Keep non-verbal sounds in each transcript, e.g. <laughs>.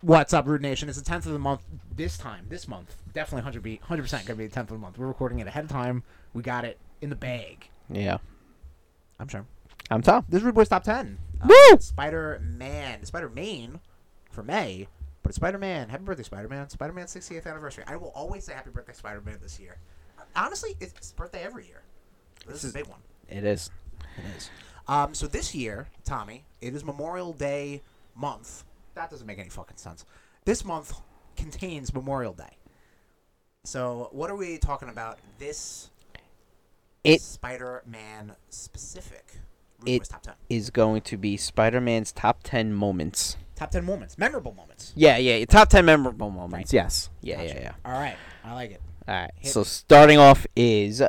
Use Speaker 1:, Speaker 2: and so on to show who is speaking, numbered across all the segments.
Speaker 1: What's up, Rude Nation? It's the tenth of the month this time. This month, definitely hundred be hundred percent gonna be the tenth of the month. We're recording it ahead of time. We got it in the bag.
Speaker 2: Yeah.
Speaker 1: I'm sure.
Speaker 2: I'm Tom.
Speaker 1: This is Rude Boys Top Ten.
Speaker 2: Woo!
Speaker 1: Spider Man, Spider Man for May, but Spider Man. Happy birthday, Spider Man! Spider Man's 60th anniversary. I will always say happy birthday, Spider Man, this year. Honestly, it's his birthday every year. This, is a big one.
Speaker 2: It is.
Speaker 1: It is. Um, so this year, Tommy, it is Memorial Day month. That doesn't make any fucking sense. This month contains Memorial Day. So what are we talking about this
Speaker 2: It
Speaker 1: Spider Man specific? Rude
Speaker 2: It-
Speaker 1: Boys top ten.
Speaker 2: is going to be Spider Man's top 10 moments.
Speaker 1: Top ten moments. Memorable moments.
Speaker 2: Yeah, yeah. Top 10 memorable moments.
Speaker 1: Right.
Speaker 2: Yes. Yeah,
Speaker 1: Gotcha.
Speaker 2: yeah, yeah.
Speaker 1: All right. I like it.
Speaker 2: All right.
Speaker 1: Hit
Speaker 2: so starting off is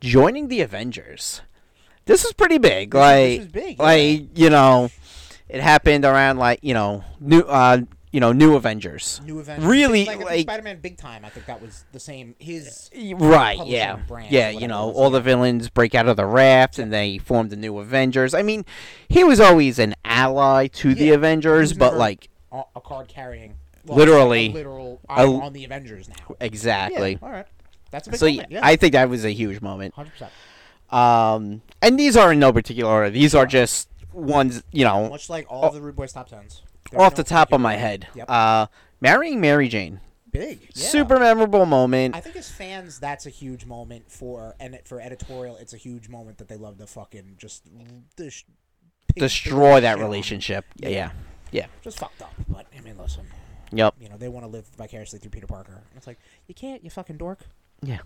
Speaker 2: joining the Avengers. This is pretty big. like,
Speaker 1: was big, yeah.
Speaker 2: like you know, it happened around like you know new uh you know new Avengers.
Speaker 1: New Avengers.
Speaker 2: Really,
Speaker 1: like,
Speaker 2: like-
Speaker 1: Spider Man Big Time. I think that was the same. His
Speaker 2: Y- Right.
Speaker 1: publishing
Speaker 2: Yeah.
Speaker 1: brand,
Speaker 2: yeah.
Speaker 1: whatever
Speaker 2: You
Speaker 1: it
Speaker 2: know,
Speaker 1: was,
Speaker 2: all the villains break out of the raft, and they form the new Avengers. I mean, he was always an ally to the
Speaker 1: Yeah,
Speaker 2: Avengers,
Speaker 1: he's
Speaker 2: but
Speaker 1: never-
Speaker 2: like
Speaker 1: a, a card carrying.
Speaker 2: Literally.
Speaker 1: a literal. I'm
Speaker 2: l-
Speaker 1: on the Avengers now.
Speaker 2: exactly.
Speaker 1: Yeah, all right. That's a big
Speaker 2: So
Speaker 1: moment.
Speaker 2: yeah,
Speaker 1: Yeah.
Speaker 2: I think that was a huge moment.
Speaker 1: Hundred percent.
Speaker 2: Um, and these are in no particular order. These are just ones, you know,
Speaker 1: Much like all of the Rude Boys top tens. There
Speaker 2: Oh. off
Speaker 1: are
Speaker 2: the
Speaker 1: no
Speaker 2: top
Speaker 1: particular
Speaker 2: of my
Speaker 1: order.
Speaker 2: head.
Speaker 1: Yep.
Speaker 2: Uh, marrying Mary Jane,
Speaker 1: Big. Yeah.
Speaker 2: super memorable moment.
Speaker 1: I think as fans, that's a huge moment for and it- for editorial, it's a huge moment that they love to fucking just dis- pick-
Speaker 2: Destroy
Speaker 1: pick
Speaker 2: that
Speaker 1: shit on.
Speaker 2: relationship. Yeah, yeah, yeah.
Speaker 1: Just fucked up. But I mean, listen,
Speaker 2: Yep.
Speaker 1: you know they want to live vicariously through Peter Parker, and it's like you can't, you fucking dork.
Speaker 2: Yeah.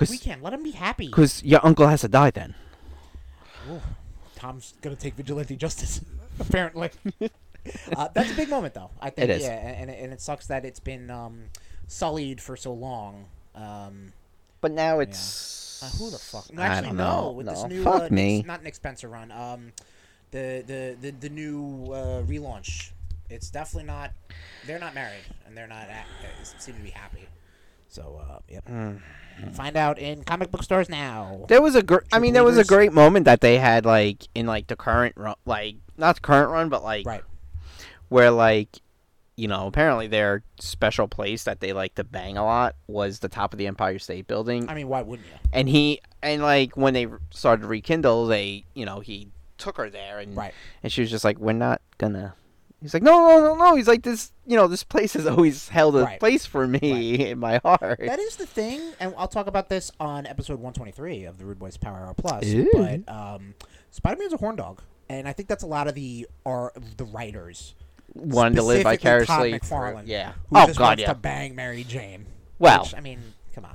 Speaker 1: We
Speaker 2: Cause,
Speaker 1: can't let him be happy.
Speaker 2: cause your uncle has to die then.
Speaker 1: Ooh, Tom's gonna take vigilante justice, <laughs>
Speaker 2: <laughs>
Speaker 1: apparently. uh, that's a big moment, though. I think
Speaker 2: It is.
Speaker 1: yeah, and, and and it sucks that it's been um, sullied for so long. Um,
Speaker 2: But now
Speaker 1: uh,
Speaker 2: it's.
Speaker 1: who the fuck? No,
Speaker 2: I
Speaker 1: actually,
Speaker 2: don't
Speaker 1: no.
Speaker 2: know.
Speaker 1: With
Speaker 2: No.
Speaker 1: this new
Speaker 2: Fuck
Speaker 1: uh, Nick-
Speaker 2: me.
Speaker 1: not Nick Spencer run. Um, the the the the new uh, relaunch. It's definitely not. They're not married, and they're not. At, they seem to be happy. So, uh, yep.
Speaker 2: Mm-hmm.
Speaker 1: Find out in comic book stores now.
Speaker 2: There was a gr- I mean, there was a
Speaker 1: believers.
Speaker 2: great moment that they had like in like the current run, like not the current run, but like
Speaker 1: Right.
Speaker 2: where like you know apparently their special place that they like to bang a lot was the top of the empire state building
Speaker 1: I mean, why wouldn't you?
Speaker 2: and he and like when they started to rekindle they you know he took her there and
Speaker 1: Right.
Speaker 2: and she was just like we're not gonna he's like no no no no he's like this you know this place has always held a
Speaker 1: Right.
Speaker 2: place for me in my heart
Speaker 1: That is the thing, and I'll talk about this on episode 123 of the Rude Boys Power Hour Plus.
Speaker 2: Ooh.
Speaker 1: But um, Spider Man's a horn dog, and I think that's a lot of the are the writers.
Speaker 2: wanted to live
Speaker 1: specifically
Speaker 2: vicariously
Speaker 1: Todd
Speaker 2: through-
Speaker 1: McFarlane,
Speaker 2: yeah
Speaker 1: Who
Speaker 2: oh
Speaker 1: just
Speaker 2: god
Speaker 1: wants
Speaker 2: yeah
Speaker 1: to bang Mary Jane.
Speaker 2: Well.
Speaker 1: Which, I mean, come on,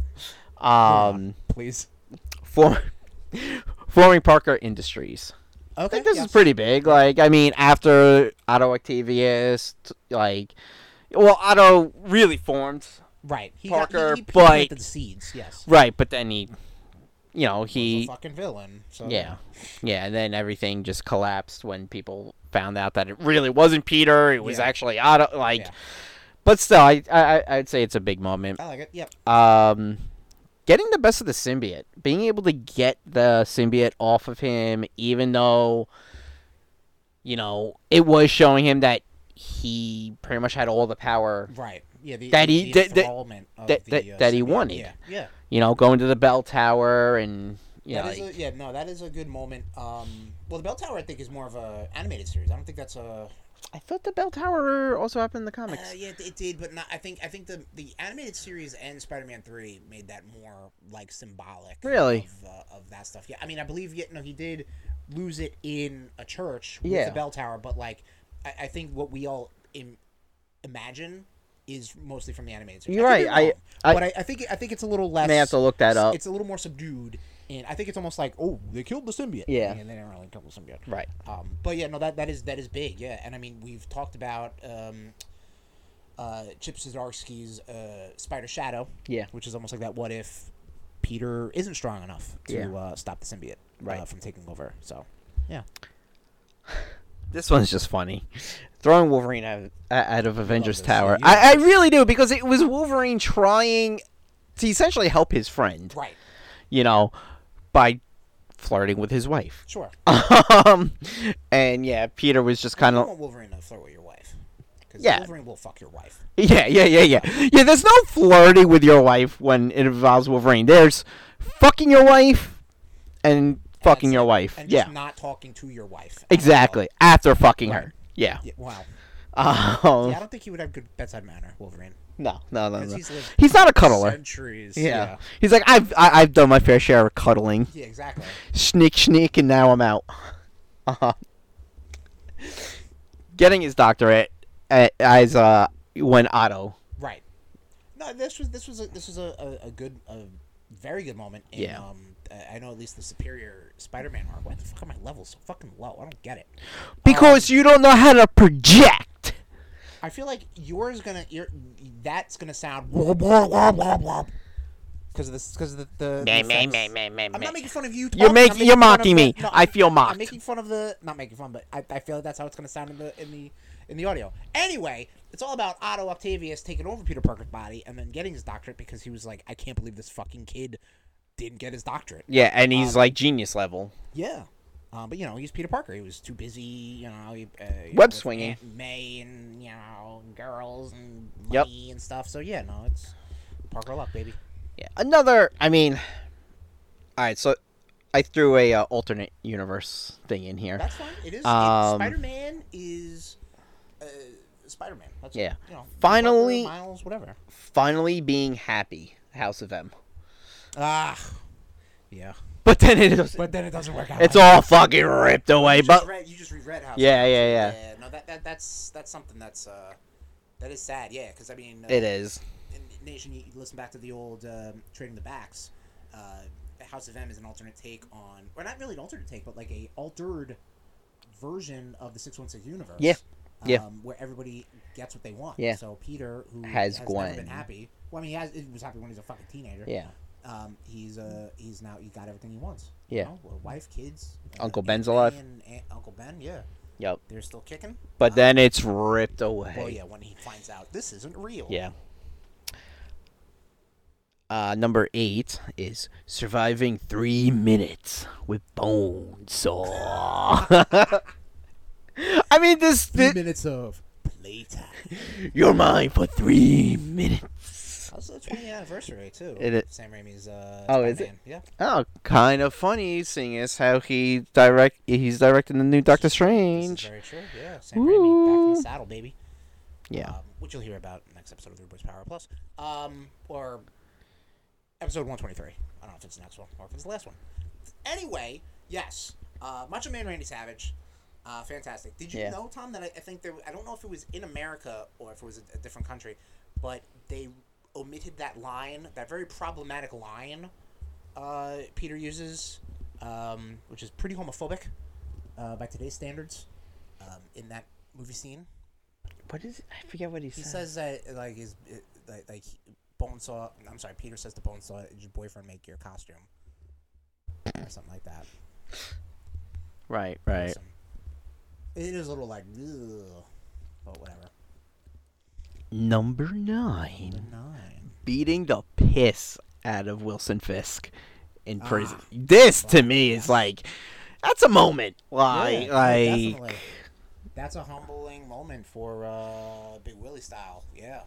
Speaker 2: um
Speaker 1: please.
Speaker 2: <laughs> for forming parker industries I
Speaker 1: Okay,
Speaker 2: think this
Speaker 1: yes.
Speaker 2: is pretty big. Like, I mean, after Otto Octavius, t- like, well, Otto really formed,
Speaker 1: right. He
Speaker 2: Parker,
Speaker 1: he, he
Speaker 2: but-
Speaker 1: planted the seeds. Yes,
Speaker 2: right? But then he, you know,
Speaker 1: he's a
Speaker 2: he,
Speaker 1: fucking villain. So
Speaker 2: yeah, yeah, and then everything just collapsed when people found out that it really wasn't Peter. It was
Speaker 1: Yeah.
Speaker 2: actually Otto. Like,
Speaker 1: Yeah.
Speaker 2: but still, I, I, I- I'd say it's a big moment.
Speaker 1: I like it. Yep.
Speaker 2: Um, getting the best of the symbiote, being able to get the symbiote off of him, even though, you know, it was showing him that he pretty much had all the power.
Speaker 1: Right. Yeah. The,
Speaker 2: That
Speaker 1: the,
Speaker 2: he- that- that-
Speaker 1: enthrallment of
Speaker 2: that-
Speaker 1: the,
Speaker 2: that-
Speaker 1: uh,
Speaker 2: that he
Speaker 1: symbiote.
Speaker 2: wanted.
Speaker 1: Yeah. Yeah.
Speaker 2: You know, going to the bell tower and you know,
Speaker 1: That is a, yeah, no, that is a good moment. Um, well, the Bell Tower, I think, is more of a animated series. I don't think that's a.
Speaker 2: I thought the bell tower also happened in the
Speaker 1: Uh,
Speaker 2: comics.
Speaker 1: yeah, it- it did, but not, I think I think the the animated series and Spider-Man Three made that more like symbolic.
Speaker 2: Really?
Speaker 1: Of, uh, of that stuff. Yeah, I mean, I believe yeah, no, he did lose it in a church with
Speaker 2: Yeah.
Speaker 1: the Bell Tower, but like, I, I think what we all Im- imagine is mostly from the animated series.
Speaker 2: You're
Speaker 1: I think
Speaker 2: right,
Speaker 1: you're wrong,
Speaker 2: I- I-
Speaker 1: but I, I think I think it's a little
Speaker 2: I
Speaker 1: less.
Speaker 2: may have to look
Speaker 1: s-
Speaker 2: that up.
Speaker 1: It's a little more subdued, and I think it's almost like, oh, they killed the symbiote.
Speaker 2: Yeah.
Speaker 1: and they didn't really kill the symbiote.
Speaker 2: Right.
Speaker 1: Um, but yeah, no, that that is that is big. Yeah, and I mean, we've talked about um, uh, Chip Zdarsky's uh, Spider Shadow.
Speaker 2: Yeah.
Speaker 1: which is almost like that. What if Peter isn't strong enough to
Speaker 2: Yeah.
Speaker 1: uh, stop the symbiote
Speaker 2: Right.
Speaker 1: uh, from taking over? So yeah,
Speaker 2: This one's just funny. Throwing Wolverine out, out of Avengers
Speaker 1: this,
Speaker 2: Tower.
Speaker 1: yeah.
Speaker 2: I, I really do because it was Wolverine trying to essentially help his friend.
Speaker 1: right.
Speaker 2: you know, by flirting with his wife.
Speaker 1: Sure.
Speaker 2: um, and yeah, Peter was just kind
Speaker 1: I
Speaker 2: of
Speaker 1: want Wolverine to flirt with your wife. 'Cause because
Speaker 2: Yeah.
Speaker 1: Wolverine will fuck your wife.
Speaker 2: Yeah, yeah, yeah, yeah. Yeah, there's no flirting with your wife when it involves Wolverine. There's fucking your wife and fucking
Speaker 1: that's
Speaker 2: your
Speaker 1: it.
Speaker 2: wife.
Speaker 1: And just
Speaker 2: Yeah.
Speaker 1: not talking to your wife. at all.
Speaker 2: Exactly. After fucking her. Yeah.
Speaker 1: Yeah, wow.
Speaker 2: Um,
Speaker 1: Yeah, I don't think he would have good bedside manner, Wolverine.
Speaker 2: no, no, no,
Speaker 1: 'Cause
Speaker 2: no.
Speaker 1: he's lived
Speaker 2: He's not a cuddler.
Speaker 1: Centuries.
Speaker 2: Yeah.
Speaker 1: Yeah.
Speaker 2: He's like, I've I, I've done my fair share of cuddling.
Speaker 1: Yeah, exactly.
Speaker 2: Sneak, sneak, and now I'm out. Uh-huh. Getting his doctorate a- as uh when Otto.
Speaker 1: Right. No, this was this was a, this was a, a, a good a very good moment. In,
Speaker 2: Yeah.
Speaker 1: Um, I- I know at least the superior Spider-Man arc. Why the fuck are my levels so fucking low? I don't get it.
Speaker 2: Because you don't know how to project.
Speaker 1: I feel like yours gonna your that's gonna sound because of this because of the, the, the effects. I'm not making fun of you. Tom.
Speaker 2: You're
Speaker 1: I'm
Speaker 2: making-
Speaker 1: making
Speaker 2: you're
Speaker 1: fun of
Speaker 2: mocking
Speaker 1: the-
Speaker 2: me.
Speaker 1: no,
Speaker 2: I
Speaker 1: I'm-
Speaker 2: feel mocked.
Speaker 1: I'm making fun of the not making fun, but I, I feel like that's how it's gonna sound in the in the in the audio. Anyway, it's all about Otto Octavius taking over Peter Parker's body and then getting his doctorate because he was like, I can't believe this fucking kid didn't get his doctorate.
Speaker 2: Yeah, and he's
Speaker 1: Um,
Speaker 2: like genius level.
Speaker 1: Yeah. Um, but you know, he's Peter Parker. He was too busy, you know, he, uh, you know,
Speaker 2: Web
Speaker 1: with
Speaker 2: swinging.
Speaker 1: Aunt May and you know, girls and
Speaker 2: Yep.
Speaker 1: money and stuff. So yeah, no, it's Parker luck, baby.
Speaker 2: Yeah. Another, I mean, all right. So I threw a uh, alternate universe thing in here.
Speaker 1: That's fine. It is.
Speaker 2: Um,
Speaker 1: Spider Man is uh, Spider Man.
Speaker 2: Yeah.
Speaker 1: You know, Peter
Speaker 2: Finally-
Speaker 1: Parker, Miles, whatever.
Speaker 2: Finally being happy, House of M.
Speaker 1: Ah. Yeah.
Speaker 2: But then it is,
Speaker 1: But then it doesn't work out.
Speaker 2: it's all fucking ripped away.
Speaker 1: You just,
Speaker 2: But
Speaker 1: read, you just reread House.
Speaker 2: Yeah,
Speaker 1: of
Speaker 2: yeah,
Speaker 1: Cards.
Speaker 2: yeah.
Speaker 1: No, that, that that's that's something that's uh, that is sad. Yeah, because I mean, uh,
Speaker 2: it is.
Speaker 1: in Nation, you you listen back to the old um, Trading the Backs. Uh, House of M is an alternate take on, or not really an alternate take, but like a altered version of the 616 universe.
Speaker 2: Yeah. Yeah.
Speaker 1: Um, where everybody gets what they want.
Speaker 2: Yeah.
Speaker 1: So Peter, who
Speaker 2: Has
Speaker 1: has, never
Speaker 2: Gwen.
Speaker 1: been happy, well, I mean, he, has, he was happy when he was a fucking teenager.
Speaker 2: Yeah.
Speaker 1: Um, he's uh, he's now he got everything he wants.
Speaker 2: Yeah.
Speaker 1: You know? A wife, kids. uh,
Speaker 2: Uncle
Speaker 1: Aunt
Speaker 2: Ben's
Speaker 1: May
Speaker 2: alive.
Speaker 1: And Aunt- Uncle Ben, yeah,
Speaker 2: Yep.
Speaker 1: they're still kicking.
Speaker 2: But then it's ripped
Speaker 1: Well,
Speaker 2: away.
Speaker 1: yeah, when he finds out this isn't real.
Speaker 2: yeah. Uh, number eight is surviving three minutes with bone saw. <laughs> I mean, this,
Speaker 1: Three
Speaker 2: thi-
Speaker 1: minutes of playtime.
Speaker 2: You're mine for three minutes.
Speaker 1: Also, the 20th anniversary too.
Speaker 2: It is-
Speaker 1: Sam Raimi's. Uh,
Speaker 2: Oh, is it?
Speaker 1: Spider-Man. Yeah.
Speaker 2: Oh, kind of funny, seeing as how he direct he's directing the new Doctor
Speaker 1: This is
Speaker 2: Strange.
Speaker 1: very true. Yeah. Sam Raimi back in
Speaker 2: Ooh.
Speaker 1: the saddle, baby.
Speaker 2: Yeah,
Speaker 1: Um, which you'll hear about next episode of Three Boys Power Plus, um, or episode 123. I don't know if it's the next one or if it's the last one. Anyway, yes, uh, Macho Man Randy Savage, uh, fantastic. Did you
Speaker 2: Yeah.
Speaker 1: know, Tom, that I, I think there? I don't know if it was in America or if it was a, a different country, but they omitted that line, that very problematic line uh, Peter uses, um, which is pretty homophobic uh, by today's standards, um, in that movie scene.
Speaker 2: what is? It? I forget what he,
Speaker 1: He
Speaker 2: said.
Speaker 1: says that like his it, like like he- Bonesaw. I'm sorry, Peter says to Bonesaw, "Did your boyfriend make your costume?" Or something like that.
Speaker 2: Right, right.
Speaker 1: Some- It is a little like, ugh, but whatever.
Speaker 2: Number nine,
Speaker 1: Nine.
Speaker 2: beating the piss out of Wilson Fisk in prison.
Speaker 1: Ah.
Speaker 2: this to me is like, that's a moment. Like, like,
Speaker 1: definitely. That's a humbling moment for uh, Big Willie style. Yeah.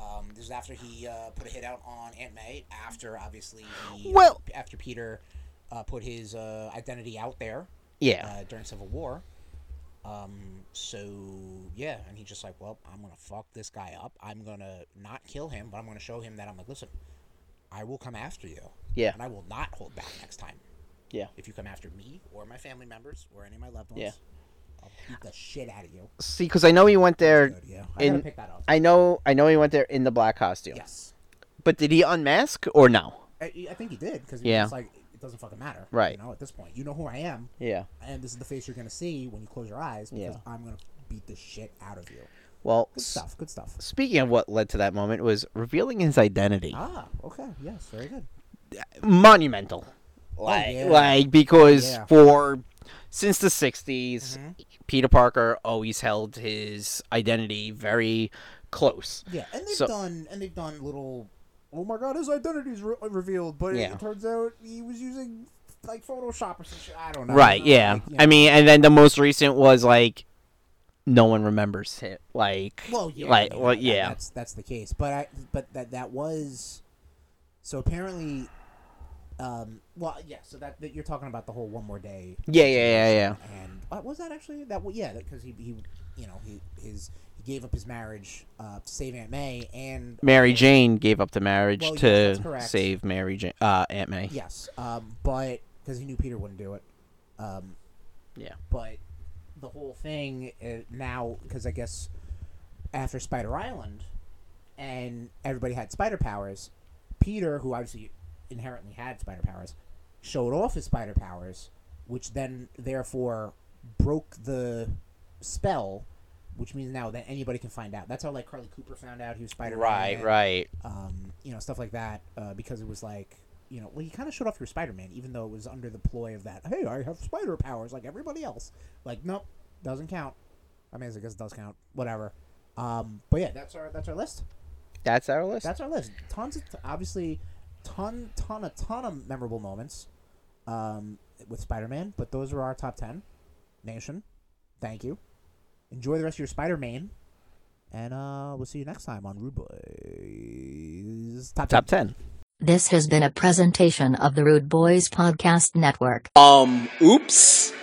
Speaker 1: Um, this is after he uh, put a hit out on Aunt May. After obviously, he, uh,
Speaker 2: Well-
Speaker 1: after Peter uh, put his uh, identity out there
Speaker 2: yeah,
Speaker 1: uh, during Civil War. Um, so yeah, and he's just like, well, I'm gonna fuck this guy up. I'm gonna not kill him, but I'm gonna show him that I'm like, listen, I will come after you,
Speaker 2: yeah,
Speaker 1: and I will not hold back next time.
Speaker 2: yeah.
Speaker 1: If you come after me or my family members or any of my loved ones,
Speaker 2: Yeah.
Speaker 1: I'll beat the shit out of you.
Speaker 2: See, because I know he went there.
Speaker 1: Good, yeah, I gotta
Speaker 2: Er, in-
Speaker 1: pick that up.
Speaker 2: I know, I know he went there in the black costume.
Speaker 1: yes,
Speaker 2: But did he unmask or no?
Speaker 1: I, I think he did because
Speaker 2: Yeah.
Speaker 1: yeah, it's like it doesn't fucking matter,
Speaker 2: Right.
Speaker 1: You know, at this point, you know who I am,
Speaker 2: Yeah.
Speaker 1: and this is the face you're gonna see when you close your eyes because
Speaker 2: Yeah.
Speaker 1: I'm gonna beat the shit out of you.
Speaker 2: Well,
Speaker 1: Good
Speaker 2: s-
Speaker 1: stuff. Good stuff.
Speaker 2: speaking of what led to that moment was revealing his identity.
Speaker 1: Ah, okay. Yes, very good.
Speaker 2: Monumental. Like,
Speaker 1: Oh, yeah.
Speaker 2: like because
Speaker 1: Yeah.
Speaker 2: for since the 60s,
Speaker 1: Mhm.
Speaker 2: Peter Parker always held his identity very close.
Speaker 1: Yeah, and they've
Speaker 2: So-
Speaker 1: done and they've done little. Oh my God, his identity's re- revealed, but
Speaker 2: Yeah.
Speaker 1: it turns out he was using like Photoshop or some shit. I don't know.
Speaker 2: Right,
Speaker 1: You know,
Speaker 2: yeah.
Speaker 1: like, you
Speaker 2: I
Speaker 1: know.
Speaker 2: mean, and then the most recent was like no one remembers it. Like,
Speaker 1: Well, yeah,
Speaker 2: like,
Speaker 1: I mean,
Speaker 2: well,
Speaker 1: that-
Speaker 2: yeah.
Speaker 1: that's that's the case. But I but that that was so apparently, um, well, yeah. So that, that you're talking about the whole one more day,
Speaker 2: yeah, yeah, yeah, yeah.
Speaker 1: and uh, was that actually that? wa- Yeah, because he he you know he his he gave up his marriage uh, to save Aunt May and
Speaker 2: Mary Jane gave up the marriage
Speaker 1: Well, yes, that's
Speaker 2: to
Speaker 1: correct.
Speaker 2: save Mary Jane, uh, Aunt May.
Speaker 1: yes, um, but because he knew Peter wouldn't do it, um,
Speaker 2: Yeah.
Speaker 1: but the whole thing uh, now because I guess after Spider Island and everybody had spider powers, Peter, who obviously inherently had spider powers, showed off his spider powers, which then therefore broke the spell, which means now that anybody can find out. That's how like Carly Cooper found out he was Spider Man
Speaker 2: Right, right.
Speaker 1: um, you know, stuff like that, uh, because it was like, you know, well, you kind of showed off your Spider-Man, even though it was under the ploy of that, hey, I have spider powers like everybody else. Like, nope, doesn't count. I mean, I guess it does count. Whatever. Um, but yeah, that's our that's our list.
Speaker 2: That's our list.
Speaker 1: That's our list. Tons of obviously, ton ton a ton of memorable moments, um, with Spider-Man. But those are our top ten. Nation, thank you. Enjoy the rest of your Spider-Man, and uh, we'll see you next time on Rude Boys Top
Speaker 2: Top ten.
Speaker 3: This has been a presentation of the Rude Boys Podcast Network.
Speaker 2: Um. Oops.